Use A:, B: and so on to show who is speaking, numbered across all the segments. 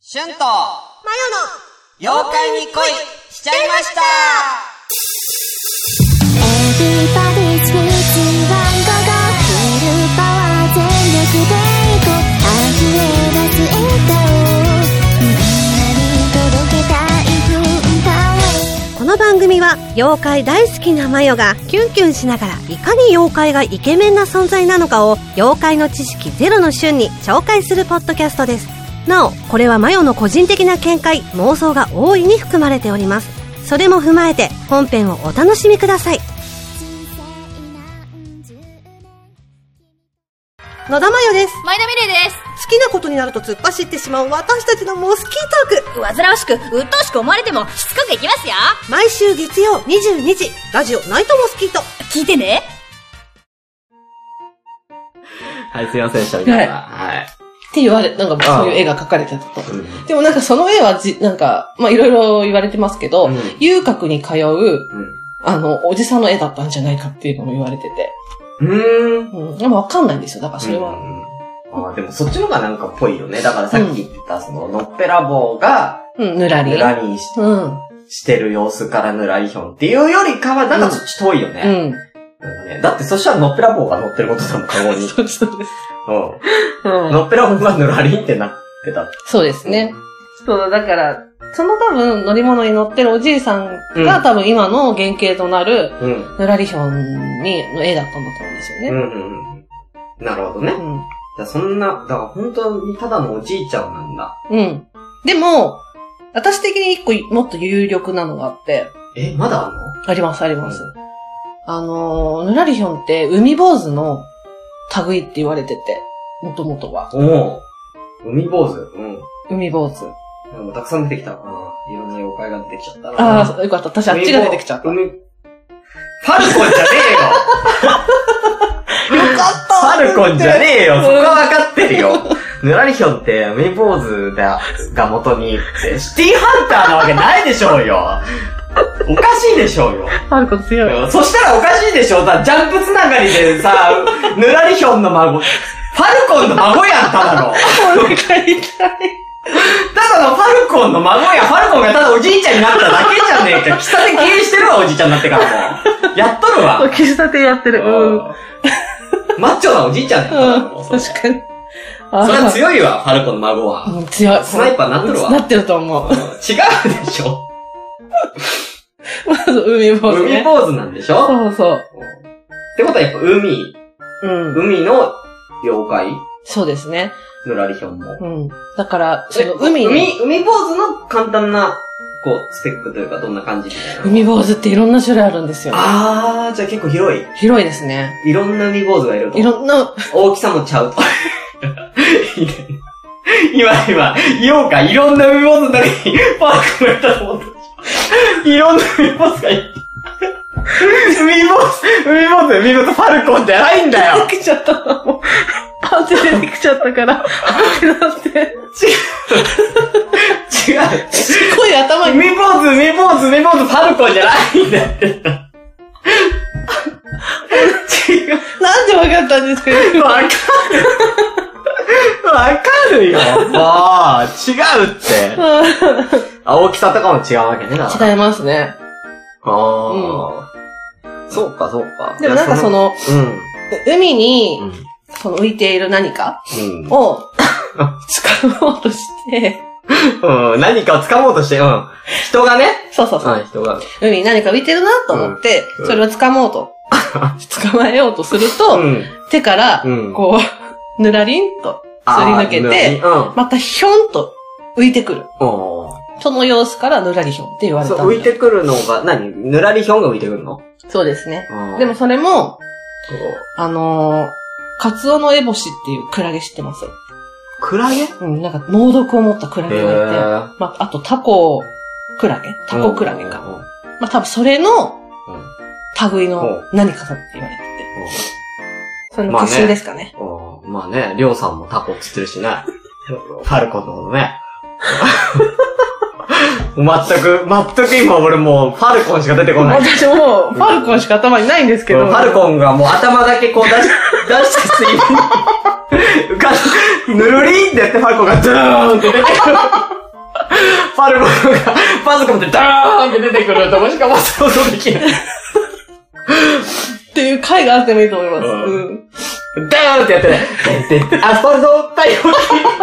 A: シュンと、マヨの、妖怪に恋しちゃいました
B: Everybody's waiting ワンゴゴフルパワー全力でいこう溢れ出す笑顔をみんなに届けたい文化を
C: この番組は妖怪大好きなマヨがキュンキュンしながらいかに妖怪がイケメンな存在なのかを妖怪の知識ゼロの瞬に紹介するポッドキャストですなおこれはマヨの個人的な見解妄想が大いに含まれておりますそれも踏まえて本編をお楽しみください野田マヨです
D: 前田美玲で
C: 好きなことになると突っ走ってしまう私たちのモスキートーク
D: す煩わしく鬱陶しく思われてもしつこくいきますよ
C: 毎週月曜22時ラジオナイトモスキート
D: 聞いてね
E: はい、すいませんでした、みたいな。はい。
F: って言われ、なんか
E: ああ
F: そういう絵が描かれてたと。
E: うん
F: でもなんかその絵はじ、なんか、まあいろいろ言われてますけど、
E: うん
F: 遊郭に通う、
E: うん
F: あの、おじさんの絵だったんじゃないかっていうのも言われてて。
E: うーん。
F: うん。でもわかんないんですよ。だからそれは。
E: うん。あーでもそっちの方がなんかぽいよね。だからさっき言ってた、その、のっぺらぼうが、
F: うん、ぬらり。
E: ぬらりし
F: うん。
E: してる様子からぬらりひょんっていうよりかは、なんかそっち遠いよ
F: う
E: ね。
F: ん。
E: なんかねだってそしたらのっぺらぼうが乗ってることだもん、 カゴに。
F: そうそうです。
E: う
F: うん
E: ん。のっぺらぼうがぬらりってなってた。
F: そうですね。そう、だから、その多分乗り物に乗ってるおじいさんが、
E: うん
F: 多分今の原型となる、
E: うん。
F: ぬらりひょんに、の絵だったんだと思うんですよ
E: うんう
F: ね。
E: んうん。なるほどね。
F: うん。
E: じゃあそんな、だから本当にただのおじいちゃんなんだ。
F: うん。でも、私的に一個もっと有力なのがあって、
E: え、まだあんの
F: あります、あります。あのー、ぬらりひょんって、海坊主の類って言われてて、もともとは。
E: おお。海坊主。うん。
F: 海坊主。
E: なんかたくさん出てきたな。いろんな妖怪が出てきちゃったな。
F: ああ、よかった。私あっちが出てきちゃった。
E: 海坊海ファルコンじゃね えよよかったファルコンじゃね えよそこはわかってるよぬらりひょんって、海坊主だ、が元にって、シティハンターなわけないでしょうよおかしいでしょうよ
F: パルコ強。
E: そしたらおかしいでしょさ、ジャンプつながりでさ、ぬらりひょんの孫、ファルコンの孫やん、た だの。
F: お腹痛い。
E: ただのファルコンの孫や、ファルコンがただおじいちゃんになっただけじゃねえか。喫茶店経営してるわ、おじいちゃんになってからもう。やっとるわ。
F: 喫茶店やってる。うん。うん。
E: マッチョなおじいちゃんやったからもうそれ
F: 確かに。
E: それは
F: あ
E: 強いわ、ファルコンの孫は。
F: ーうん強い。
E: スナイパーになってるわ
F: なってると思
E: う
F: う。
E: ん 違うでしょ。
F: まず海坊主
E: 海
F: ね。
E: 坊主なんでしょ
F: そうそう。
E: ってことはやっぱ海、
F: うん。
E: 海の妖怪
F: そうですね。
E: ぬらりひょんも。
F: うん。だから、その海に。
E: 海、海坊主の簡単な、こう、スペックというか、どんな感じみたいな。
F: 海坊主っていろんな種類あるんですよ。
E: あー、じゃあ結構広い。
F: 広いですね。
E: いろんな海坊主がいると。
F: いろんな、
E: 大きさもちゃうと。 今、今、言おうか、いろんな海坊主の中に、パークがいたと思った。いろんな海坊主がいる。海坊主、海坊主、見事ファルコンじゃないんだよ
F: 出てきちゃったのもう。パンって出てきちゃったから、パンってなって。
E: 違う。
F: すっごい頭に、
E: 海坊主、海坊主、海坊主、ファルコンじゃないんだって。 違う。
F: なんでわかったんです か
E: わかる。わかる よ。ああ、違うっ て。大きさとかも違うわけね。だから
F: 違いますね。
E: ああ、そうか、そうか。
F: でもなんかそ、の、
E: うん。
F: 海に
E: う、ん。
F: その浮いている何か
E: う
F: を、使おうとして、
E: ん。うん。何かを掴もうとして、うん。人がね。
F: そうそうそう。
E: うん、人が。
F: 海に何か浮いてるなと思って
E: うん、
F: それを掴もう と。捕まえようとすると、
E: ん。
F: 手から
E: うん、
F: こう、ぬらりんと、すり抜けて、
E: あー
F: またひょんと浮いてくる。
E: うん。おー
F: その様子からぬらりひょんって言われ
E: そ
F: たんだ
E: う、浮いてくるのが、何ぬらりひょんが浮いてくるの
F: そうですね。
E: うん
F: でもそれも、
E: こう
F: あのー、カツオノエボシっていうクラゲ知ってます
E: クラゲへ
F: うん、なんか猛毒を持ったクラゲがいて、
E: ー
F: まあ、あとタコクラゲタコクラゲか。
E: うんうんうん
F: まあ、多分それの
E: うん
F: 類の
E: うん
F: 何かだって言われてて。それの
E: まあね
F: 結晶ですかね。
E: おーまあね、りょうさんもタコっつってるし ね。ファルコンのことね。 全く、全く今俺もうファルコンしか出てこない。
F: 私も、ファルコンしか頭にないんですけ
E: フ
F: ど。
E: ァル
F: ン。
E: コンがもう頭だけこう 出し、出して水面 に、浮かし、ぬるりんってやってファルコンがドゥーンって出てくる。パルコが、パソコンでダーンって出てくるとこしかもう想像できない。
F: っていう回があってもいいと思います。
E: うん
F: うん。
E: ダーンってや ってね、ででアスファルト太陽系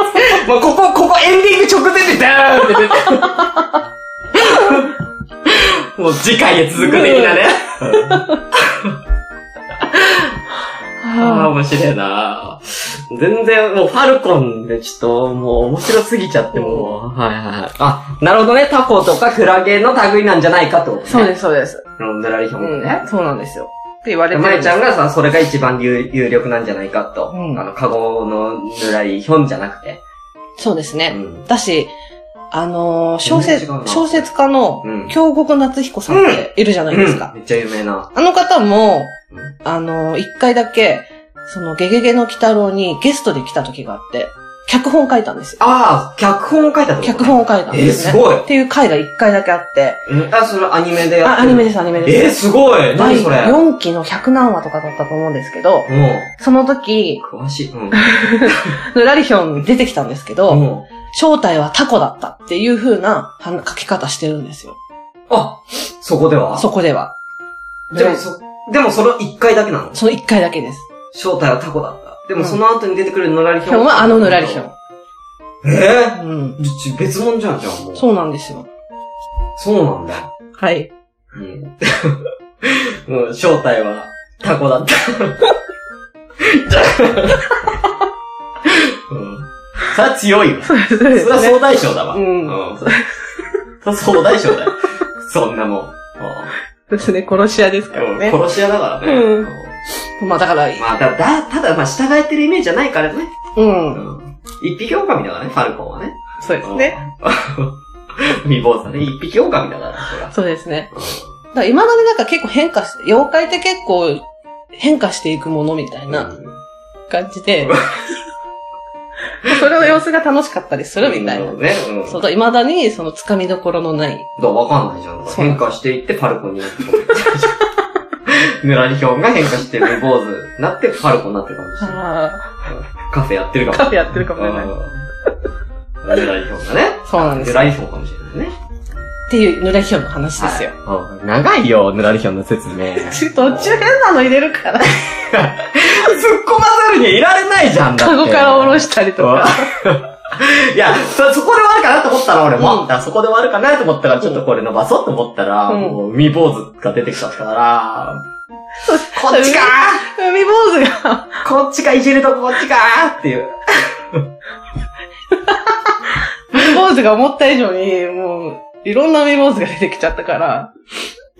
E: もうここ、ここエンディング直前でダーンって出て。 もう次回へ続く的なね。ああ、面白いな全然、もう、ファルコンでちょっと、もう、面白すぎちゃって、もう、はいはいはい。あ、なるほどね、タコとかクラゲの類なんじゃないかってことね。
F: そうです、そうです。
E: うん。ぬらりひょ
F: うん
E: ね
F: ん。。そうなんですよ。って言われて
E: ま
F: るん
E: え
F: で
E: ち
F: す
E: ゃんがさ、それが一番有有力なんじゃないかと。
F: うん
E: あの、カゴのぬらりひょんじゃなくて。
F: そうです
E: う
F: ね。
E: ん。
F: だし、あのー、小説
E: 全然違う、な
F: 小説家の
E: うん、
F: 京極夏彦さんっているじゃないですか。
E: めっちゃ有名な。
F: あの方も
E: うん、
F: あの、一回だけ、その、ゲゲゲの鬼太郎にゲストで来た時があって、脚本を書いたんですよ。
E: ああ、脚本を書いたってこと
F: 脚本を書いたんですね。
E: えーすごい
F: っていう回が一回だけあって、
E: えあ、それアニメでやって
F: あ、
E: る
F: アニメです、アニメ
E: えー、
F: です。
E: すごい何
F: 第
E: それ
F: 4期の100何話とかだったと思うんですけど、
E: う
F: その時、
E: ん。詳しい。うん。
F: ラリヒョン出てきたんですけど、
E: うん。
F: 正体はタコだったっていう風なは書き方してるんですよ。
E: あ、そこでは
F: そこでは。
E: でもそ、でもその一回だけなの
F: その一回だけです。
E: 正体はタコだった。でも
F: うん
E: その後に出てくるぬらりひ
F: ヒョ
E: ょ
F: ン
E: ん
F: はあのぬらりひょん。。
E: え
F: うん。
E: ー、ちち別物じゃん、じゃあもう。
F: そうなんですよ。
E: そうなんだ。
F: はい。
E: うん。もう正体はタコだった。じゃあうん。それは強いわ。そ
F: そう
E: れ
F: です
E: は
F: ね。
E: 総大将だわ。
F: うん
E: それは総大将だよ。そんなもん。うん
F: そうですね。殺し屋ですからね。
E: 殺し屋だからね。
F: うん
E: ん
F: まあだから、
E: まあ、だ、だ、ただ、まあ、従えてるイメージじゃないからね。
F: うん。
E: ん。一匹狼だからね、ファルコンはね。
F: そうですね。
E: うん。 未亡者ね、一匹狼だから、そら。
F: そうですね。だから未だになんか結構変化して、妖怪って結構変化していくものみたいな感じ で、それの様子が楽しかったりするみたいな。
E: ね。うん。
F: そ
E: そうう
F: だ、未だにその掴みどころのない。
E: だ、わかんないじゃん。
F: そう
E: 変化していって、ファルコンに。ぬらりひょんが変化して、未亡者になって、ファルコンになってるかもしれない。カフェやってるかも
F: カフェやってるかもしれない
E: い。ぬらりひょんがね。
F: そうなんです
E: ぬらりひょんかもしれないね。
F: っていうぬらひょんの話ですよ。
E: はい。うん長いよ、ぬらりひょんの説明。
F: ちょっと途中変なの入れるから、
E: 突っ込まざるにはいられないじゃん、だって
F: カゴから下ろしたりとか。
E: いや、そ、そこで終わるかなと思ったの、俺も。あそこで終わるかなと思ったから、ちょっとこれ伸ばそうと思ったら、
F: うん
E: もう、未坊主が出てきちゃったから、こっちか
F: 海坊主が、
E: ーこっちかいじるとここっちかーっていう。
F: 海坊主が思った以上に、もう、いろんな海坊主が出てきちゃったから、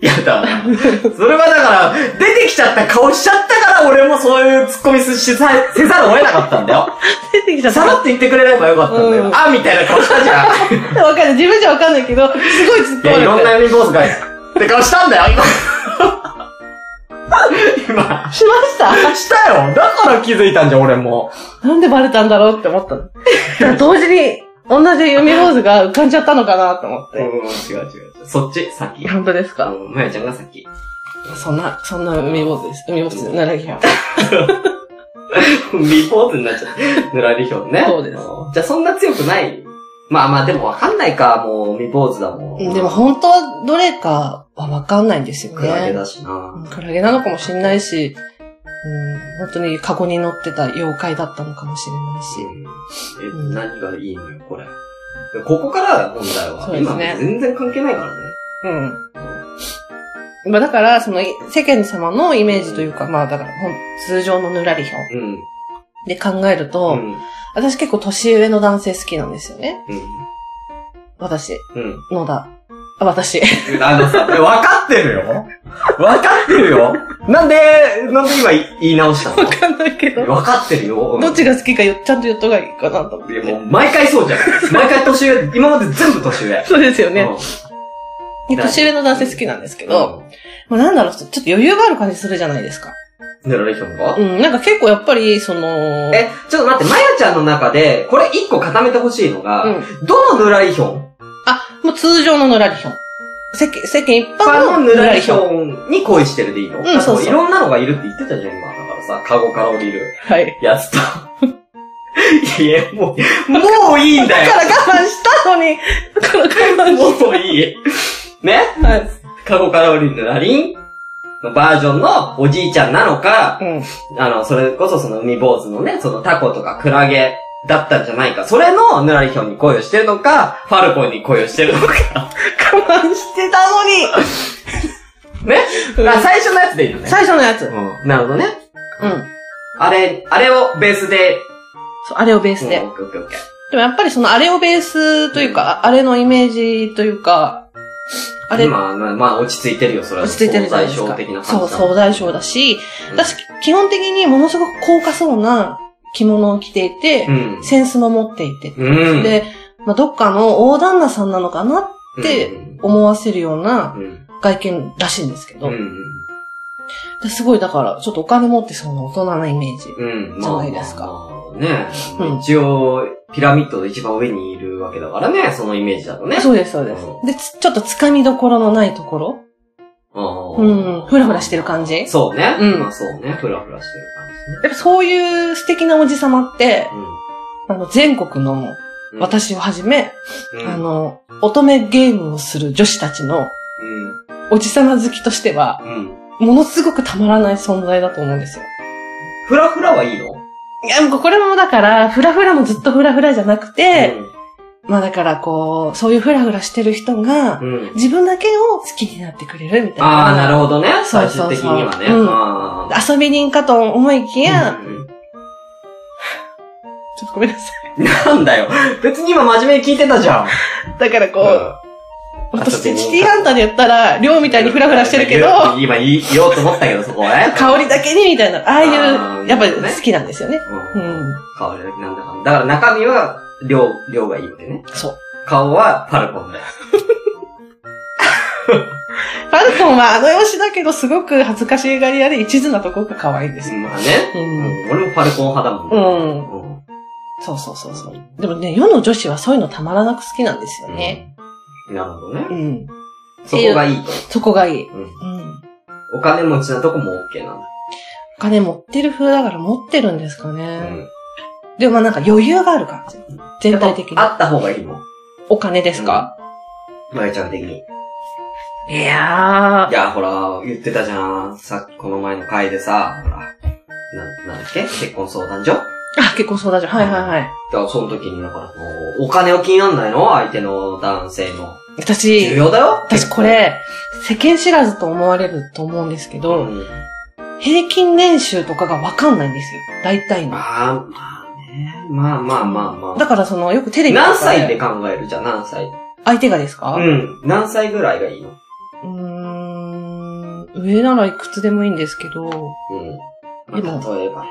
E: いや、だから、それはだから、出てきちゃった顔しちゃったから、俺もそういう突っ込みしさせざるを得なかったんだよ。
F: 出てきちゃった
E: さ
F: から
E: らっと言ってくれればよかったんだよ。
F: うん
E: あ、みたいな顔したじ ゃん。
F: わかんない。自分じゃわかんないけど、すごい突
E: い
F: っ込まれて。
E: や、いろんな闇坊主が、って顔したんだよ、今。今。
F: しまし
E: したよだから気づいたんじゃん、俺も。
F: たなんでバレたんだろうって思ったの。だから同時に、同じ弓坊主が浮かんじゃったのかなと思っ
E: うん、違
F: て。
E: う違う違う。そっち、先。
F: 本当です
E: あ
F: か
E: の、まやちゃんが先。
F: そんな、そんな海坊主です。海坊主、奈良木は。
E: 未坊主になっちゃった。ぬらりひょんね。
F: そうです
E: じゃあそんな強くないまあまあ、でもわかんないか、もう、未坊主だもん。
F: でも、本当はどれかはわかんないんですよ
E: クラゲ
F: ね。
E: だしな。
F: クラゲなのかもしれないし、うん、本当にカゴに乗ってた妖怪だったのかもしれないし。
E: え、
F: うん
E: 何がいいのよ、これ。ここから本題は。
F: そうですね
E: 今、全然関係ないからね。
F: うん。まあだから、その世間様のイメージというか、まあだからほん、通常のぬらりひょん
E: うん。
F: で考えると、
E: うん。
F: 私結構年上の男性好きなんですよね。私、
E: うん。うん。
F: 野田。あ、私。
E: あのさ、分かってるよ。分かってるよ。なんで、なんで今言い直したの
F: わかんないけど。
E: 分かってるよ。
F: どっちが好きかよちゃんと言った方がいいかなと思っ
E: いや
F: て。
E: もう毎回そうじゃん。毎回年上、今まで全部年上。
F: そうですよね。
E: う
F: で年上の男性好きなんですけ
E: ん。
F: ど、まあなんだろう、ちょっと余裕がある感じするじゃないですか。
E: うん。ぬらりひょんが
F: うん、なんか結構やっぱり、その、
E: え、ちょっと待って、まやちゃんの中で、これ一個固めてほしいの
F: う
E: が、
F: ん。
E: どのぬらりひょん
F: あ、もう通常のぬらりひょん。世間、世間一般
E: 他
F: の
E: の
F: ぬ
E: ぬ
F: ら
E: ら
F: り
E: り
F: ひ
E: ひ
F: ょん。
E: ょんに恋してるでいいの
F: んそうそう
E: いろんなのがいるって言ってたじゃん、今。だからさ、カゴから降りる
F: はい。
E: やつと。いや、もう、もういいんだ
F: だ
E: よ
F: から我慢したのに、だから我慢し
E: もういい。ね
F: た。はい。
E: 過去から降りるラリンのバージョンのおじいちゃんなのか、
F: うん。
E: あの、それこそその海坊主のね、そのタコとかクラゲだったんじゃないか。それのぬらりひょんに恋をしてるのか、ファルコンに恋をしてるのか。
F: 我慢してたのに。
E: ね、あ最初のやつでいいのね。
F: 最初のやつ。うん。
E: うん。なるほどね。あれ、あれをベースで。
F: そうあれをベースで。
E: うんオッケーオッケーオッケー
F: でもやっぱりそのあれをベースというか、ああれのイメージというか、あれ、
E: まあ、まあまあ、落ち着いてるよ、それは。
F: 落ち着いてるじゃないです
E: 相
F: か。
E: 対的な感じ
F: そう、総大将だし、
E: うん
F: 私、基本的にものすごく高価そうな着物を着ていて、
E: うん。
F: センスも持っていて、
E: うん。
F: で、まあ、どっかの大旦那さんなのかな
E: うん、
F: って思わせるよう
E: う、
F: なん外見らしいんですけど、
E: うん。うん。
F: ですごいだから、ちょっとお金持ってそうな大人なイメージ。
E: うん、
F: じゃないですか
E: まあね、
F: うん
E: 一応、ピラミッドの一番上にいるわけだからね、そのイメージだとね。
F: そうです、そうです。で、つちょっと掴みどころのないところ
E: う
F: うん、ふらふらしてる感じ
E: そうね。
F: うん
E: まあそうね、ふらふらしてる
F: やっぱそういう素敵なおじさまって、
E: 感
F: あの、全国の
E: じね。うん。
F: 私をはじめ、
E: うん、
F: あの、乙女ゲームをする女子たちのおじさま好きとしては、
E: うん、うん。
F: ものすごくたまらない存在だと思うんですよ。
E: ふらふらはいいの
F: いや、もうこれもだから、ふらふらもずっとふらふらじゃなくて、
E: うん
F: まあだからこう、そういうふらふらしてる人が、
E: うん。
F: 自分だけを好きになってくれるみたいな。
E: ああ、なるほどね。
F: そう
E: 最
F: そうそう
E: 終的にはね。
F: うん
E: ああ
F: 遊び人かと思いきや、
E: うん
F: ちょっとごめんなさ
E: なんだよ。別に今真面目に聞いてたじゃん。
F: い。だからこう、私、
E: 遊び人
F: シティハンターでやったら、寮みたいにふらふらしてるけど、
E: 今言い言おうと思ったけど、そこはね。
F: 香りだけにみたいな、ああ
E: あ
F: い
E: ー
F: う、やっぱり
E: なるほどね
F: 好きなんですよね。
E: う。
F: うんん。
E: 顔なんだかんだ。だから中身は、量、量がいいわけね。
F: そう。
E: 顔は、パルコンだよ。
F: ファルコンはあの容姿だけど、すごく恥ずかしがり屋で一途なとこが可愛いんですよ。
E: まあね。
F: う。
E: うんん、俺もパルコン派だもん
F: う
E: ね。
F: ん。そうそうそうそう。でもね、世の女子はそういうのたまらなく好きなんですよね。
E: うんなるほどね
F: う。ん。
E: そこがいいと。
F: そこがいい。
E: うん
F: うん。
E: お金持ちなとこも OK なんだ。
F: お金持ってる風だから持ってるんですか
E: う
F: ね。。でもまあなんか余裕がある感じ。全体的に。
E: あった方がいいもん。
F: お金ですか、
E: まゆちゃん的に。
F: いや
E: いや、ほら、言ってたじゃん。さっき、この前の回でさ、ほら、な、なんだっけ結婚相談所だか
F: ー。あ、結婚相談所。はいはいはい。
E: ら、その時に、だから、もうお金を気になんないの相手の男性の。
F: 私
E: 重、要だよ
F: 私これ、世間知らずと思われると思うんですけど、
E: うん。
F: 平均年収とかがわかんないんですよ。大体の。
E: まあ、まあね。まあまあまあまあ。
F: だからその、よくテレビとか
E: 何歳で考えるじゃん、何歳。
F: 相手がですか
E: うん。何歳ぐらいがいいの
F: うーん。上ならいくつでもいいんですけ
E: う
F: ど、
E: ん。
F: でも
E: 例えば。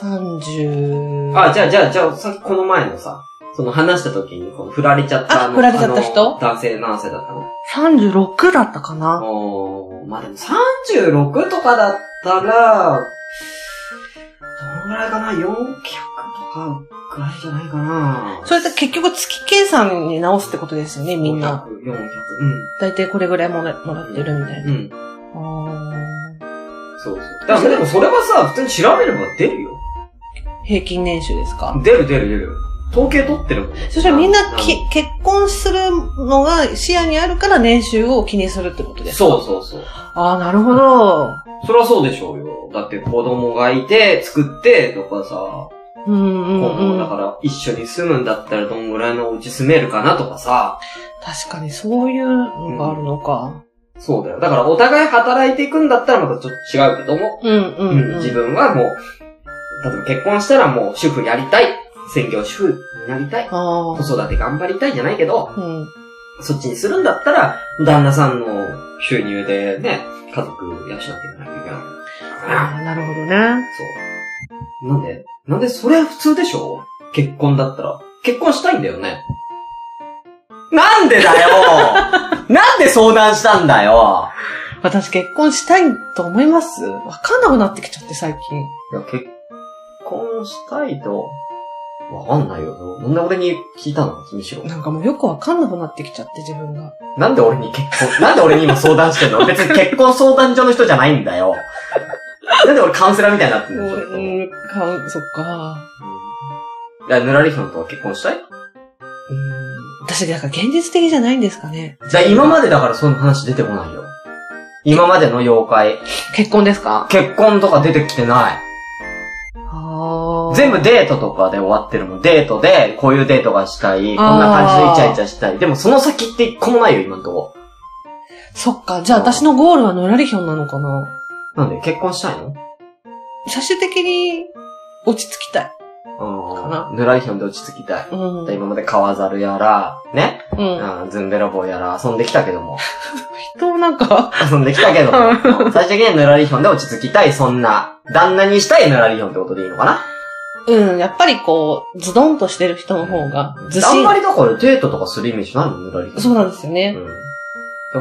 F: 30。
E: あ、じゃあ、じゃあ、じゃあ、さっきこの前のさ、その話した時に、この振られちゃった
F: あ
E: あの、
F: 振られちゃった人
E: あの男性何歳だったの
F: 36だったかな
E: おー、まあでも36とかだったら、どのぐらいかな ?400 とかぐらいじゃないかな
F: それって結局月計算に直すってことですよね、みんな。。
E: 400、400。
F: 大体これぐらいもらもらってるみたい
E: うん。
F: な。
E: うん。
F: あー
E: そうそう。だからでもそれはさ、普通に調べれば出るよ。
F: 平均年収ですか
E: 出る出る出る。統計取ってるもん。
F: そしたらみんな
E: き
F: き結婚するのが視野にあるから年収を気にするってことですか
E: そうそうそう。
F: ああ、なるほど。
E: そりゃそうでしょうよ。だって子供がいて、作って、とかさ、
F: うんう
E: 今
F: んう
E: 後だ
F: ん。
E: から一緒に住むんだったらどんぐらいのお家住めるかなとかさ、
F: 確かにそういうのがあるのか。
E: そうだよ。だからお互い働いていくんだったらまたちょっと違うけども、
F: うんう
E: うんん、自分はもう、例えば結婚したらもう主婦やりたい、専業主婦になりたい、
F: あ
E: 子育て頑張りたいじゃないけど、
F: あ。うん。
E: そっちにするんだったら、旦那さんの収入でね、家族養っていかなきゃいけないから
F: ああ、なるほどね。
E: そう。なんでなんでそれ普通でしょ結婚だったら。結婚したいんだよね。なんでだよ なんで相談したんだよ
F: 私結婚したいと思いますわかんなくなってきちゃって最近。
E: いや、結婚したいと、わかんないよ。なんで俺に聞いたのむしろ。
F: なんかもうよくわかんなくなってきちゃって自分が。
E: なんで 俺に結婚、なんで俺に今相談してんの別に結婚相談所の人じゃないんだよ。なんで俺カウンセラーみたいになってんのちょっと。うん
F: うん、買う、そっか。
E: いや、ぬらりひょんとは結婚したい
F: うん。私、だから現実的じゃないんですかね。
E: じゃあ今までだからその話出てこないよ。今までの妖怪。
F: 結婚ですか
E: 結婚とか出てきてない。
F: あ
E: 全部デートとかで終わってるもん。デートで、こういうデートがしたい。こんな感じでイチャイチャしたい。でもその先って一個もないよ、今んとこ。
F: そっか。じゃあ私のゴールはのらりひょんなのかな
E: なんで、結婚したいの
F: 最終的に落ち着きたい。かな
E: うん。ぬらりひょんで落ち着きたい。
F: うん。
E: 今まで川猿やら、ね、
F: うん。
E: うん、ズンベロボやら遊んできたけども。
F: 人をなんか、
E: 遊んできたけども。最終的にはぬらりひょんで落ち着きたい、そんな。旦那にしたいぬらりひょんってことでいいのかな
F: うん、やっぱりこう、ズドンとしてる人の方が、ずし
E: あんま
F: ん。
E: りだからデートとかするイメージないもん、ぬらりひょん。
F: そうなん
E: す
F: ですよね。
E: うん。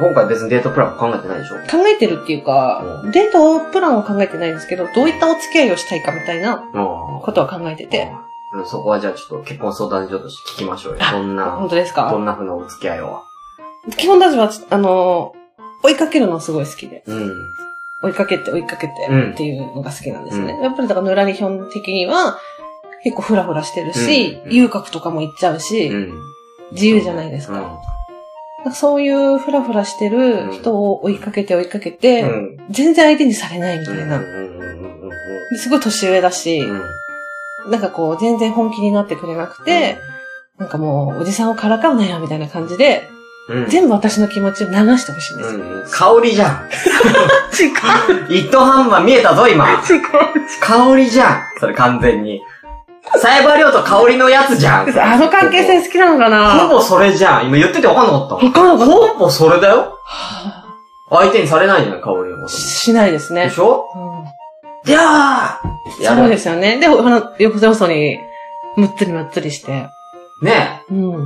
E: 今回別にデートプランも考えてないでしょ
F: 考えてるっていうか
E: う、
F: デートプランは考えてないんですけど、どういったお付き合いをしたいかみたいな
E: う
F: ことは考えてて。
E: んうん。そこはじゃあちょっと結婚相談所として聞きましょうよ。どん
F: 本
E: な、
F: 当です
E: ど
F: か
E: んな風なお付き合いを。
F: 基本私は、あの、追いかけるのはすごい好きで。
E: うん。
F: 追いかけて追いかけて
E: うん
F: っていうのが好きなんですね。
E: う
F: やっぱりだから、ぬらりひょん的には、結構フラフラしてるし、
E: うん
F: 遊郭とかも行っちゃうし、
E: うん。
F: 自由じゃないですか。なんかそういうフラフラしてる人を追いかけて追いかけ
E: う
F: て、
E: ん。うん。
F: 全然相手にされないみ
E: う
F: た
E: ん。う
F: い
E: ん。うん。
F: な。
E: うん。
F: ですごい年上だし、
E: うん。うん
F: なんかこう、全然本気になってくれなくて、なんかもう、おじさんをからかうなよみたいな感じで、
E: うん。
F: 全部私の気持ちを流してほしいんです
E: う
F: よ。
E: ん香りじゃん。一等ハンマー見えたぞ、今。 香りじゃん。それ完全に。サイバー量と香りのやつじゃん。
F: あの関係性好きなのか
E: ほ
F: な
E: ぼそれじゃん。今言ってて分かんなかっ
F: 分かんな
E: た。
F: かっ
E: ほぼそれだよ。
F: たは
E: 相手にされないじゃん、香りのこ
F: ぁ。
E: と
F: し。しないです
E: で
F: ね。
E: しょ
F: うん
E: じゃあや
F: そう
E: る。
F: ですよね。で、ほら、よくそよそに、むっつりむっつりして。
E: ね
F: うん。
E: え。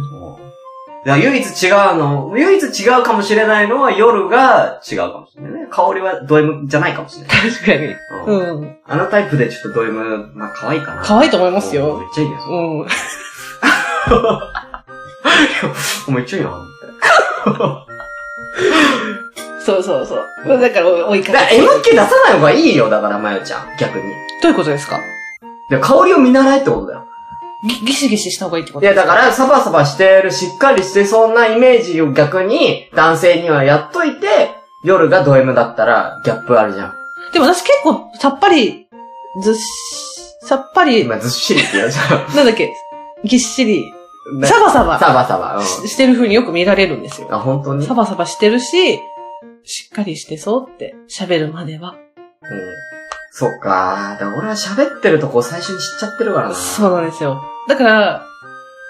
E: だから唯一違うの、唯一違うかもしれないのは夜が違うかもしれないね。香りはド M じゃないかもしれない。
F: 確かに。
E: うん
F: うん。
E: あのタイプでちょっとド M、まあ可愛いかな。
F: 可愛いと思います
E: め
F: よ。
E: っちゃいいです
F: う。ん。
E: お 前一応いいな。
F: そうそうそう。だから、追いか
E: だから
F: けて。
E: MK 出さない方がいいよ、だから、まよちゃん。逆に。
F: どういうことですか
E: で、香りを見習えってことだよ。
F: ぎギシギシした方がいいってこ
E: い
F: と
E: や、だから、サバサバしてる、しっかりしてそうなイメージを逆に、男性にはやっといて、夜がド M だったら、ギャップあるじゃん。
F: でも私結構、さっぱり、ずっし、さっぱり、な
E: 今、ずっしりって言うじゃ
F: んだっけ、ぎっしり、
E: ん。
F: サバサ
E: バ
F: バ
E: サバサバ。
F: ししてる風によく見られるんです
E: うん。
F: よ。
E: あ、本当に
F: サバサバしてるし、しっかりしてそうって、喋るまでは。
E: うん。そっか。だから俺は喋ってるとこを最初に知っちゃってるからな。
F: そうなんですよ。だから、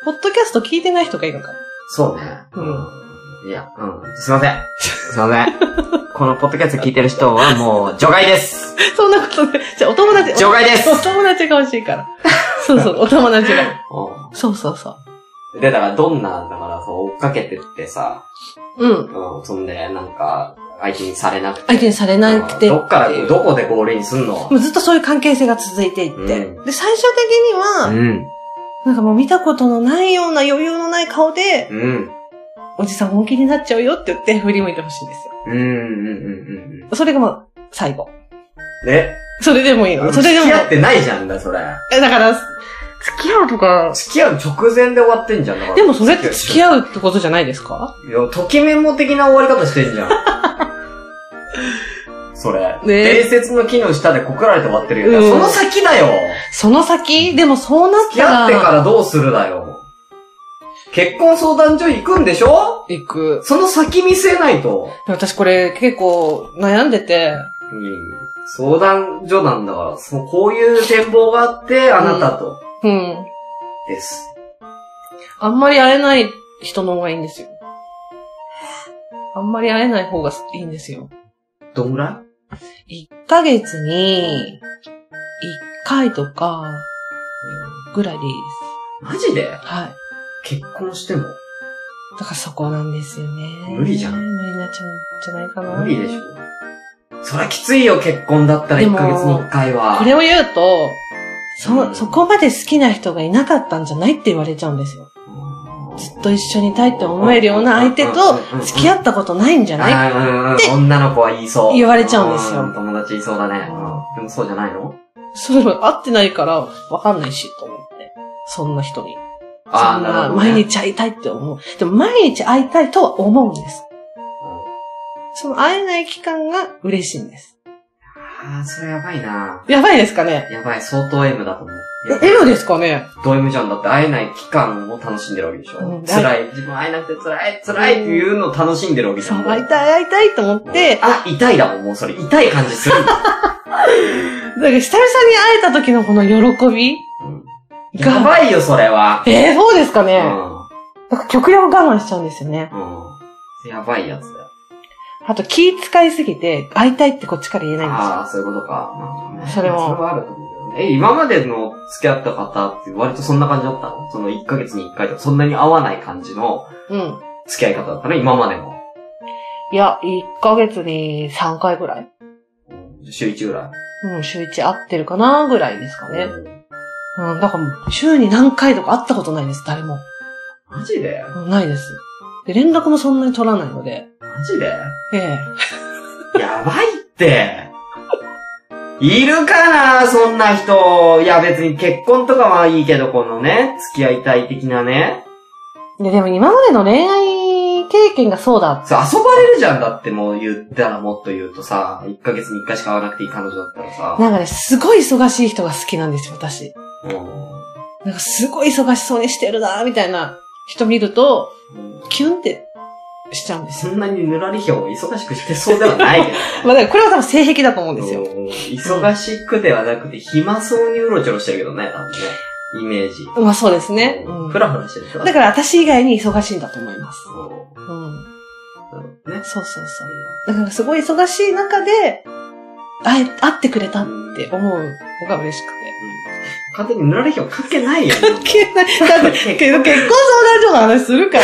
F: ポッドキャスト聞いてない人がいるのか な。
E: そうね。
F: う
E: いや、うん。すいません。すいま せん。このポッドキャスト聞いてる人はもう、除外です。
F: そんなことで、じゃあお友達、
E: 除外です
F: お友達が欲しい から。そうそう、お友達が。
E: う
F: そうそうそ
E: ん。で、だから、どんな、だから、そう、追っかけてってさ、
F: う。うん。
E: うん、そんで、なんか、相手にされなくて。
F: 相手にされなくて。
E: どっか
F: ってい
E: ら、
F: う
E: どこでゴールインすんの
F: もうずっとそういう関係性が続いていって。
E: う
F: で、最終的には、
E: ん。
F: なんかもう見たことのないような余裕のない顔で、
E: うん。
F: おじさん本気になっちゃうよって言って振り向いてほしいんですよ。
E: うん、うん、うん、うん。
F: それがまあ、最後。
E: え
F: それでもいいの。それでも
E: 付き。合ってないじゃんだ、それ。
F: え、だから、付き合うとか。
E: 付き合う直前で終わってんじゃん、だから。
F: でもそれって付き
E: 合
F: 合うってことじゃないですか
E: う。いや、ときめも的な終わり方してん じゃん。それ。
F: ねえ
E: 伝説の木の下で告られて終わってるよ。
F: うん
E: その先だよ。
F: その先でもそうなっ
E: 付き
F: た
E: 合
F: ら。
E: ってからどうするだよ。結婚相談所行くんでしょ
F: 行く。
E: その先見せないと。
F: 私これ結構悩んでて、
E: 相談所なんだから、そのこういう展望があって、あなたと、
F: うん。
E: です。
F: あんまり会えない人の方がいいんですよ。あんまり会えない方がいいんですよ。
E: どんぐら
F: 1ヶ月に、1回とか、ぐらいでいい
E: いマジで
F: です。はい。
E: 結婚しても
F: だからそこなんですよね。
E: 無理じゃん
F: 無理になっちゃうんじゃないかな。
E: 無理でしょ。そりゃきついよ、結婚だったら
F: で
E: 1
F: も
E: ヶ月に1回は。
F: これを言うと、
E: う
F: そ、
E: ん
F: そこまで好きな人がいなかったんじゃないって言われちゃうんですよ。ずっと一緒にいたいって思えるような相手と付き合
E: っ
F: ったことないんじゃ
E: て
F: ない
E: ない女の子は言いそう。
F: 言われちゃうんですよ
E: 友達言いそうだね。うんかでもそうじゃないの
F: それは合ってないから、わかんないし、と思って。そんな人に。そんな、毎
E: ね
F: 日会いたいって思う。でも、毎日会いたいとは思うんです。その会えない期間が嬉しいんです。
E: ああ、それやばいな。
F: やばいですかね
E: やばい、相当 M だと思う。
F: え、M ですかね
E: ド M じゃんだって会えない期間を楽しんでるわけでしょ。
F: うん
E: 辛い。自分会えなくて辛い、辛いっていうのを楽しんでるわけじ
F: そ
E: ゃん。
F: う、会いたい、会いたいと思って、
E: あ、痛いだもん、もうそれ。痛い感じ する。
F: だから久々に会えた時のこの喜び
E: うんや
F: が、
E: ばいよ、それは。
F: えー、そうですか
E: う
F: ね、
E: ん。
F: なんか極力我慢しちゃうんですよね。
E: うん。やばいやつだよ。
F: あと気使いすぎて、会いたいってこっちから言えないんです
E: あ
F: よ。
E: あ、そういうことか。なんかね
F: それは
E: それはあると思うけどね。え、今までの付き合った方って割とそんな感じだったのその1ヶ月に1回とかそんなに合わない感じの
F: うん。
E: 付き合い方だったの今までも。
F: いや、1ヶ月に3回ぐらい。
E: 週1ぐらい。
F: うん、週1会ってるかなぐらいですかね。
E: うん
F: うん、だからもう週に何回とか会ったことないです、誰も。
E: マジで
F: うんないです。で、連絡もそんなに取らないので。
E: マジで
F: ええ。
E: やばいって。いるかなそんな人。いや別に結婚とかはいいけど、このね、付き合いたい的なね。
F: で、でも今までの恋愛経験がそうだ。
E: そう、遊ばれるじゃんだってもう言ったらもっと言うとさ、1ヶ月に1回しか会わなくていい彼女だったら
F: な
E: さ。
F: んかね、すごい忙しい人が好きなんですよ、私。
E: う
F: なんかすごい忙しそうにしてるなみたいな人見ると、
E: ん
F: キュンってしちゃうんです
E: そ
F: よ。
E: んなにぬらりひょんを忙しくしてそうではないけど。
F: まあだからこれは多分性癖だと思うん ですよ。
E: うん忙しくではなくて、暇そうにうろちょろしてるけどね、多分ね。イメージ。
F: まあそうですね。うん、
E: ふらふらしてる人
F: だから私以外に忙しいんだと思います。
E: そう
F: う
E: な
F: ん。
E: るほどね。
F: そうそうそう。だからすごい忙しい中で、会え、会ってくれたって思うのが嬉しくて。
E: 完全にぬらりひょん関係ないよ。関
F: けない。だって、けど結婚相談所の話するから。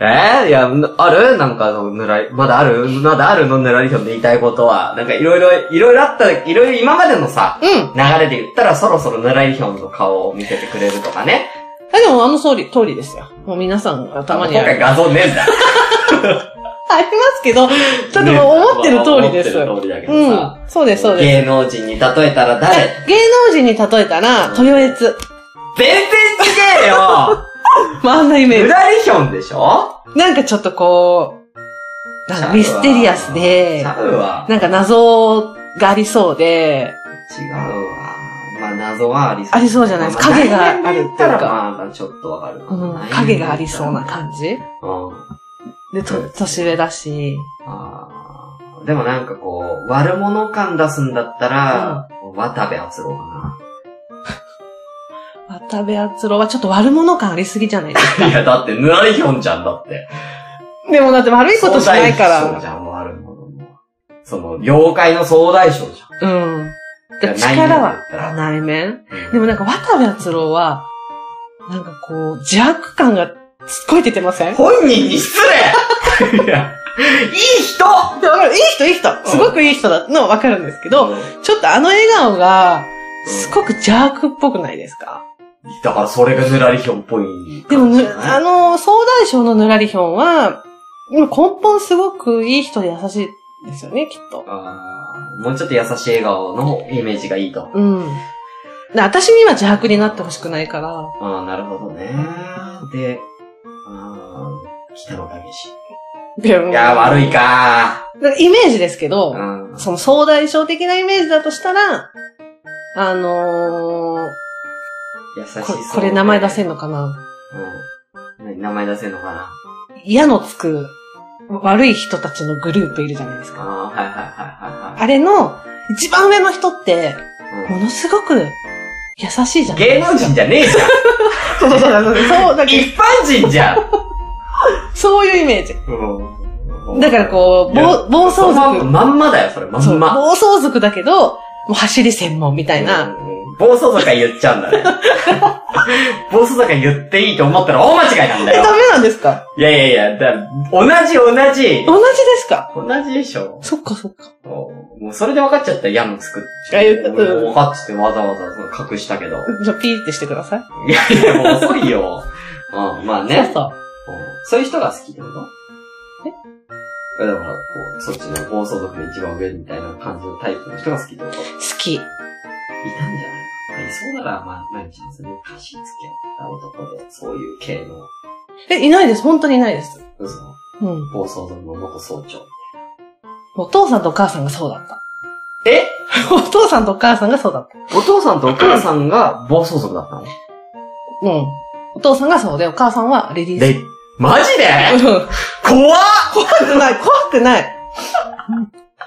E: えー、いや、ぬあるなんか、ぬらり、まだあるまだあるのぬらりひょんで言いたいことは。なんかいろいろ、いろいろあった、いろいろ今までのさ、
F: うん。
E: 流れで言ったらそろそろぬらりひょんの顔を見せてくれるとかね。
F: あでもあの通り、通りですよ。もう皆さんがたまに
E: 今
F: あ
E: 回
F: る。
E: 画像ねえん だ。
F: ありますけど、ちょっともう思ってる通りです。
E: 思ってる通りだけどさ。
F: うん。そうです、そうです。
E: 芸能人に例えたら誰
F: 芸能人に例えたら、トリオエツ。
E: 全然違え よ
F: まあ、あんなイメー
E: ぬ
F: ジ。
E: らりひょんでしょ
F: なんかちょっとこう、なんかミステリアス
E: ち
F: で、
E: ゃうわ。
F: なんか謎がありそうで、
E: 違うわ。まあ謎はありそう。
F: ありそうじゃないですか
E: ま
F: 影がある
E: 内
F: っていうか
E: 面で言ったらまあちょっとわかるな、
F: うん、影がありそうな感
E: じ。
F: じ
E: うん。
F: で、と、年上だし、
E: あーでもなんかこう、悪者感出すんだったら、渡部篤郎か
F: 渡部篤郎はちょっと悪者感ありすぎじゃないです
E: な。いや、だって、ぬらりひょんじゃんだって。
F: か。 でもだって悪いことしないか
E: そうじ
F: ら。
E: ゃん、悪者も。その、妖怪の総大将じ
F: うん。だ
E: ゃん。
F: 力は
E: 内面で言ったら、
F: 内面
E: うん
F: でもなんか渡部篤郎は、なんかこう、邪悪感がすっごい出てません
E: 本人に失 礼いや、いい人
F: でわかるいい人、いい人。すごくいい人だのはわかるんですけど、
E: う
F: ちょっとあの笑顔が、すごく邪悪っぽくないですか
E: んだからそれがぬらりひょんっぽい
F: でも
E: 感じ
F: ぬ、
E: じゃない
F: あの、総大将のぬらりひょんは、でも根本すごくいい人で優しいですよね、きっと。
E: あーもうちょっと優しい笑顔のイメージがいいと。
F: うん。で私には邪悪になってほしくないから、
E: ああ、なるほどね。で、ああ、北野武し。
F: いや
E: いやー、悪い。か
F: なんかイメージですけど、
E: ー。うん。
F: その総大将的なイメージだとしたら、あのー、
E: 優しい
F: ここれ名前出せ
E: ん
F: んのかな
E: うん。何名前出せんのかな
F: 矢のつく悪い人たちのグループいるじゃないです
E: あ
F: か。
E: あ、はいはいはいはい
F: あれの、一番上の人って、
E: はい。
F: も
E: うん
F: のすごく優しいじゃない
E: 芸
F: ですか。
E: 能人じゃねえじ ゃん
F: そうそうそうそう。そう、だけ
E: 一般人じ ゃん
F: そういうイメージ。
E: う
F: だからこう、
E: いや
F: 暴暴走
E: そ
F: 族。
E: のまんまんまだよ、それ。ま
F: そうん
E: ま。
F: 暴走族だけど、もう走り専門みたいな。
E: うん暴走族が言っちゃうんだ ね。暴走族が言っていいと思ったら大間違いなんだ
F: え、ダ
E: よ。
F: メなんですか
E: いやいやいや、だ同じ同じ。
F: 同じですか
E: 同じでしょ。
F: そっかそっか。
E: もうそれで分かっちゃったら矢のつくって。
F: あ言った
E: 俺も
F: うん
E: 分かっちゃってわざわざその隠したけど。
F: じゃあピーってしてください。
E: いやいや、もう遅いよ。うん、まあね。
F: そうそう。
E: うんそういう人が好きってことだから、こう、そっちの暴走族で一番上みたいな感じのタイプの人が好きってことい
F: き。
E: たんじゃないまあいそうなら、まあ、何ちゃん、それに貸し付き合った男で、そういう系の、
F: え、いないです。本当にいないです。
E: 嘘
F: うん。
E: 暴走族の元総長。
F: お父さんとお母さんがそうだった。
E: え
F: お父さんとお母さんがそうだった。
E: お父さんとお母さんが暴走族だったの
F: うん。お父さんがそうで、お母さんはレディース。
E: で、マジで
F: うん。怖
E: 怖っ
F: くない、怖くない。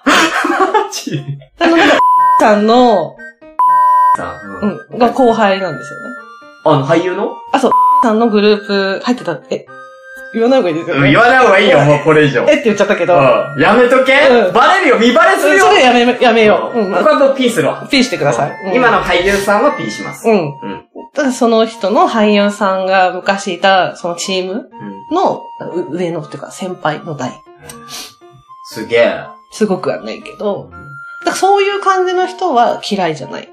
E: マジで
F: あの、なんか、さんの、
E: さあ、う
F: うん、が後輩なんですよね。
E: あの、俳優の
F: さんのグループ入ってた、え、言わない方がいいですよね。
E: 言わない方がいいよ、もうこれ以上。
F: えって言っちゃったけど、
E: うんやめとけ
F: うん
E: バレるよ、見バレす
F: そ
E: る
F: れ
E: よ
F: やめ、やめよう。う
E: うん
F: ん。
E: 僕はもうピーするわ。
F: ピーしてください。うん
E: 今。の俳優さんはピーします。
F: うん。
E: うん
F: ただその人の俳優さんが昔いた、そのチームのう上のっていうか先輩の代。
E: すげえ。
F: すごくはないけど、だからそういう感じの人は嫌いじゃない。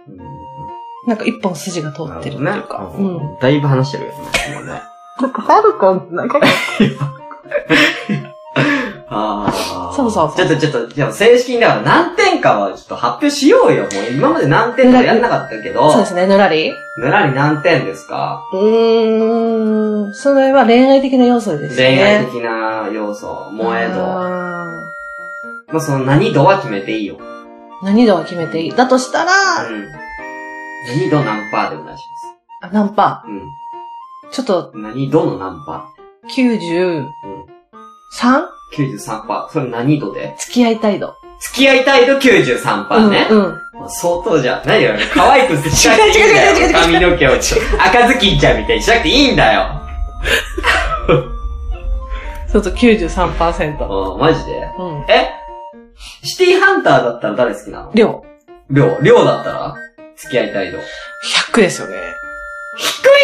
F: なんか一本筋が通ってるっていうか。うん。
E: ん。だいぶ話してるよね。もうね。
F: なんかはるか、なんか、
E: あー
F: そうそうそう
E: ちょっとちょっと、じゃあ正式にだから何点かはちょっと発表しようよ。もう今まで何点かやんなかったけど
F: そう、ですね、ぬらり。う
E: ぬらり何点ですか
F: ーん、それは恋愛的な要素ですね。
E: 恋愛的な要素、萌え度。
F: あー
E: まあその何度は決めていいよ。うん。
F: 何度は決めていいだとしたら、
E: 何度何パーでも出し
F: あ何パ
E: ます。う
F: ーちょっと、
E: ん。何度の何パ
F: 93?
E: ー ?93 パー。それ何度で
F: 付き合い態度。
E: 付き合いたいと93パーね。
F: うん、うん。
E: もう相当じゃん。何よ、可愛くしなくていいんだよ。
F: 違う違う違う違う違う
E: 髪の毛をちょっと赤ずきんちゃんみたいにしなくていいんだよ。
F: そうそう、93%。
E: うん、マジで。
F: うん。
E: えシティハンターだったら誰好きなの
F: 量、
E: りょう。りょうだったら付き合いたいの。
F: 100ですよね。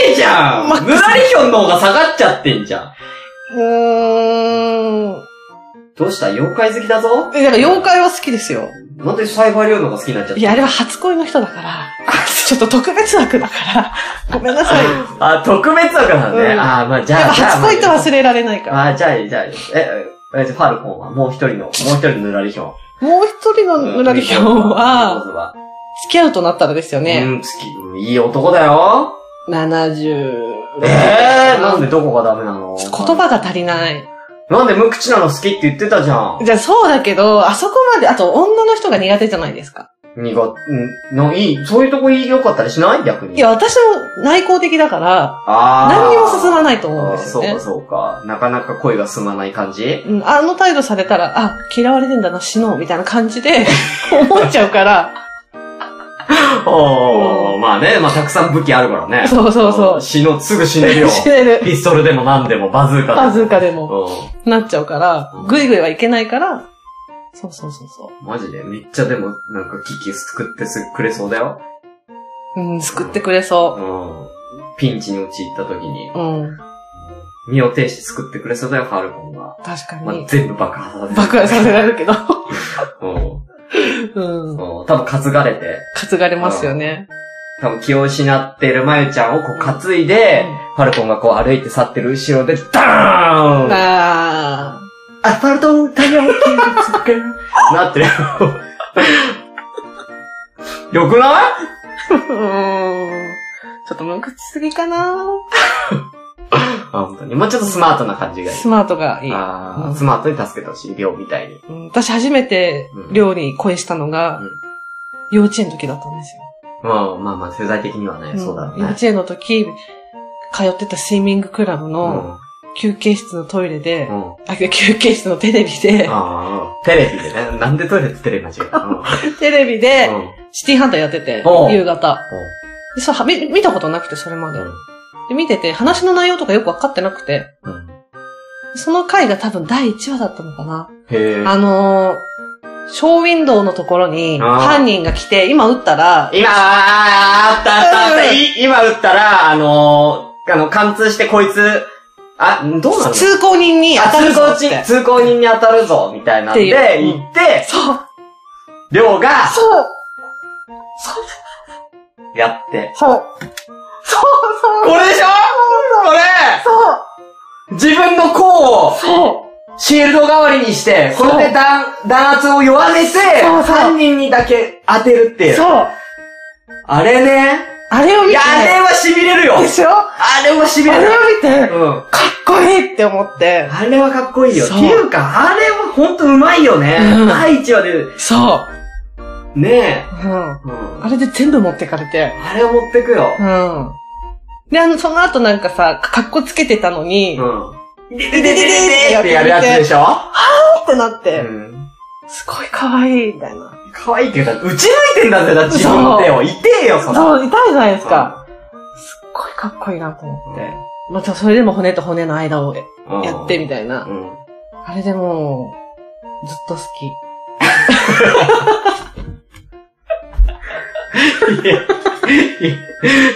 E: 低いじゃんぬらりひょんの方が下がっちゃってんじゃん。
F: うーん。
E: どうした妖怪好きだぞ
F: え、だから妖怪は好きですよ。
E: なんでサイバーりょうの方が好きになっちゃった
F: いや、あれは初恋の人だから、 ちょっと特別枠だから、 ごめんなさい。やっ
E: あ、特別枠なんだね。
F: うん
E: あー、まあじゃ
F: ぱ
E: あ、じゃあ
F: 初恋と忘れられないから。
E: あー、じゃあ、じゃあ、え、え、えファルコンはもう一人の、もう一人のぬらりひょん。
F: もう一人のぬらりひょん
E: うん
F: は、
E: まずは
F: 付き合うとなったらですよ
E: う
F: ね。
E: ん、好き。うんいい男だよ。
F: 70。
E: ええー、なんでどこがダメなの
F: 言葉が足りない。
E: なんで無口なの好きって言ってたじゃん。
F: じゃあそうだけど、あそこまで、あと女の人が苦手じゃないですか。
E: 苦うん、の、いい、そういうとこいい良かったりしない逆に。
F: いや、、私も内向的だから、
E: あー
F: 何にも進まないと思うんです
E: あ
F: よね
E: ー。そうか、そうか。なかなか恋が進まない感じ
F: うん、あの態度されたら、あ、嫌われてんだな、死のう、みたいな感じで、 思っちゃうから、
E: おー、まあね、まあたくさん武器あるからね。
F: そうそうそう。
E: 死の、すぐ死ねる よ。
F: 死ねる。
E: ピストルでも何でも、バズーカでも。
F: バズーカでも、
E: う
F: なっちゃうから
E: うん、
F: ぐいぐいはいけないから、そうそうそうそ
E: ん。マジで、めっちゃでも、なんか、危機作ってすくれそうだよ。
F: う。うん、救ってくれそ
E: うん。ピンチに陥った時に
F: う。、うん、
E: 身を挺して救ってくれそうだよ、ファルコンが。
F: 確か
E: まあ
F: に、。
E: 全部爆破させる。
F: 爆破させられるけど、
E: うん。
F: うん、
E: うん。多分担がれて、
F: 担がれますよね。
E: 多分気を失ってるまゆちゃんをこう担いで、ファルコンがこう歩いて去ってる後ろで、ダーン
F: あ
E: アスファルト太陽系なってる。 よくない
F: ー。うん。ちょっと無口すぎかな
E: あ本当に。もうちょっとスマートな感じがいい。
F: スマートがいい。
E: あー
F: うん
E: スマートに助けてほしい。量みたいに。
F: うん私初めて
E: うん
F: 寮に恋したのが
E: うん、
F: 幼稚園の時だったんですよ。
E: うん、まあまあ世代的にはね、そうだろ
F: ん
E: うね。
F: 幼稚園の時、通ってたスイミングクラブ
E: う
F: の休憩室のトイレで、
E: ん。うん。
F: あ、休憩室のテレビで、
E: ああ、テレビでね。なんでトイレとテレビ間違えたの
F: テレビで
E: うん。うん
F: シティハンターやってて
E: お、う
F: 夕方。でそうは見、見たことなくて、それまで。で、見てて、話の内容とかよくわかってなくて、
E: うん。うん
F: その回が多分第1話だったのかな。
E: へえ。
F: あのー、ショーウィンドウのところに
E: あー
F: 犯人が来て、今撃ったら、
E: 今、あーあったあったあった。い今撃ったら、あのー、あの、貫通してこいつ、あ、どうなの
F: 通行人に当たるぞ
E: あ
F: っ
E: 通行人、
F: て。
E: 通行人に当たるぞ、みたいなんで、
F: っていう
E: 行って、
F: そう、
E: りょうが、
F: そう、
E: やって。
F: そう、そう、そう、
E: これでしょこれ
F: そう、
E: 自分の甲を、
F: そう、
E: シールド代わりにして、これで弾、弾圧を弱めて、
F: そうそう
E: 犯人にだけ当てるっていう。
F: そう。
E: あれね。
F: あれを見
E: い
F: て
E: や、。あれは痺れるよ。
F: でしょあ
E: あれは痺
F: れ
E: れる。
F: を見て、
E: うん。
F: かっこいいって思って。
E: あれはかっこいいよ。って
F: そう
E: いうか、あれはほんとうまいよね。
F: うん
E: 第一話で、
F: そ
E: ね
F: う。うん。
E: え。うん
F: あれで全部持ってかれて。
E: あれを持ってくよ。
F: うん。で、あの、その後なんかさ、かっこつけてたのに、
E: う
F: っ
E: ん。でででででってやるやつでしょ
F: てなっ
E: う
F: て、
E: ん。
F: すごい可愛い、みたいな。
E: 可愛いけど、打ち抜いてんだぜ、だって自分の手を。痛えよ、そら。
F: そう、痛いじゃないですか。すっごいかっこいいなと思って。またそれでも骨と骨の間をや
E: うん。
F: ってみ
E: た
F: たいな。
E: うん。
F: あれでもう、ずっと好き。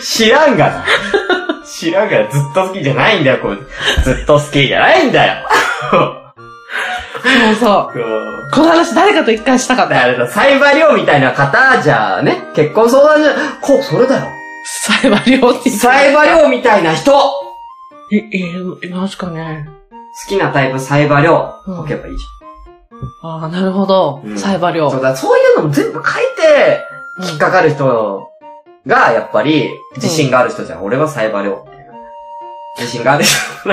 E: 知らんがな。知らんがな。ずっと好きじゃないんだよ、こいつ。ずっと好きじゃないんだよ。
F: でもそう、
E: うん
F: この話誰かと一回したかっ
E: だから
F: た。
E: あれだ、サイバリオみたいな方じゃあね、結婚相談所、こう、それだよ。
F: サイバリオって言って
E: サイバリオみたいな人好
F: え、え、いますかね。
E: きなタイプサイバリオ
F: うん
E: 置けばいいじ
F: ああ、なるほど。
E: うん
F: サイバリオ。
E: ゃん。そうだ、そういうのも全部書いて、引っかかる人が、やっぱり、自信がある人じゃん。俺はサイバリオ。自信がある人。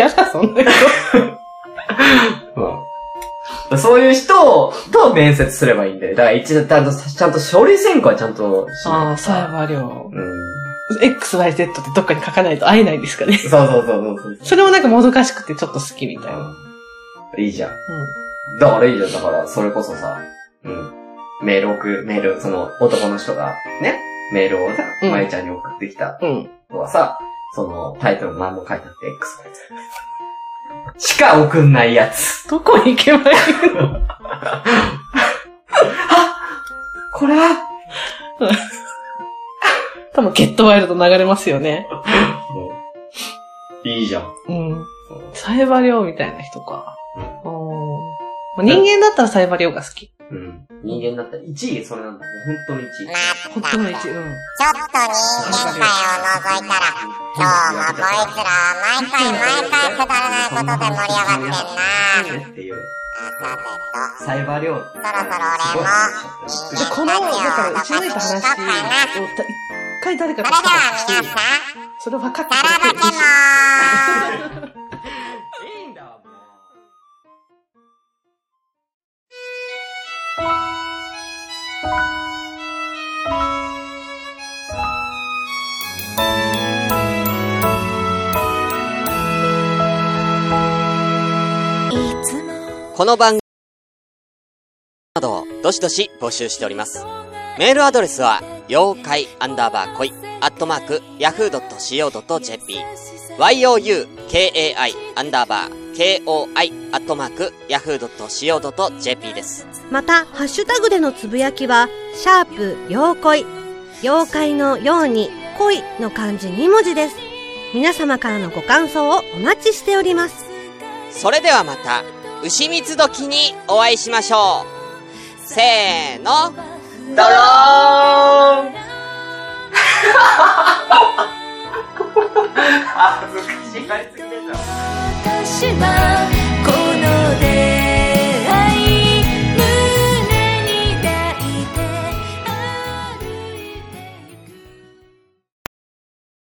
F: やだ、そんなこと。
E: うん。そういう人と面接すればいいんだよ。だから一度、ちゃんと、ちゃんと書類選考はちゃんとし
F: あ
E: な
F: あ、
E: いとさ
F: サイバリオ。
E: うん。
F: XYZ ってどっかに書かないと会えないんですかね。
E: そうそうそうそうそう。
F: それもなんかもどかしくてちょっと好きみたいな。
E: うんいいじゃん。だからいいじゃん。だから、それこそさ、うん。メール送る、メール、その男の人が、ね、メールをさ、
F: うん
E: まゆちゃんに送ってきた
F: うん。うん。
E: のはさ、その、タイトル何も書いてあって、X しか送んないやつ。
F: どこに行けばいい
E: これは、
F: 多分ゲットワイルド流れますよね。
E: うんいいじゃん。
F: うん。
E: そう
F: サイバリオみたいな人か。
E: うん
F: おーまあ人間だったらサイバリオが好き。
E: うん。人間だったら1位、それなんだ。本当に1位。
F: 本当の一、うん。
A: ちょっと人間界を覗いたら、今日もこいつらは毎回毎回くだらないことで盛り上がってんな。
E: っていう。
A: さて
E: サイバー量。そろ
A: ろ
E: そ
A: 俺も
F: でこの、だから、打ち抜いた話を、た一回誰か
A: と、
F: と
A: それで
F: した
A: は皆
F: し
A: さん、
F: それ分かって
A: さらばけもー
F: る。
E: いいんだ、もう。
G: この番組などをどしどし募集しております。メールアドレスは、妖怪アンダーバー恋、アットマーク、yahoo.co.jp、youkai アンダーバー koi、アットマーク、yahoo.co.jp です。
C: また、ハッシュタグでのつぶやきは、シャープ妖怪。妖怪のように、恋の漢字2文字です。皆様からのご感想をお待ちしております。
G: それではまた、牛蜜時にお会いしましょう。せーの。
E: ドローン恥ずかしい。
B: 私は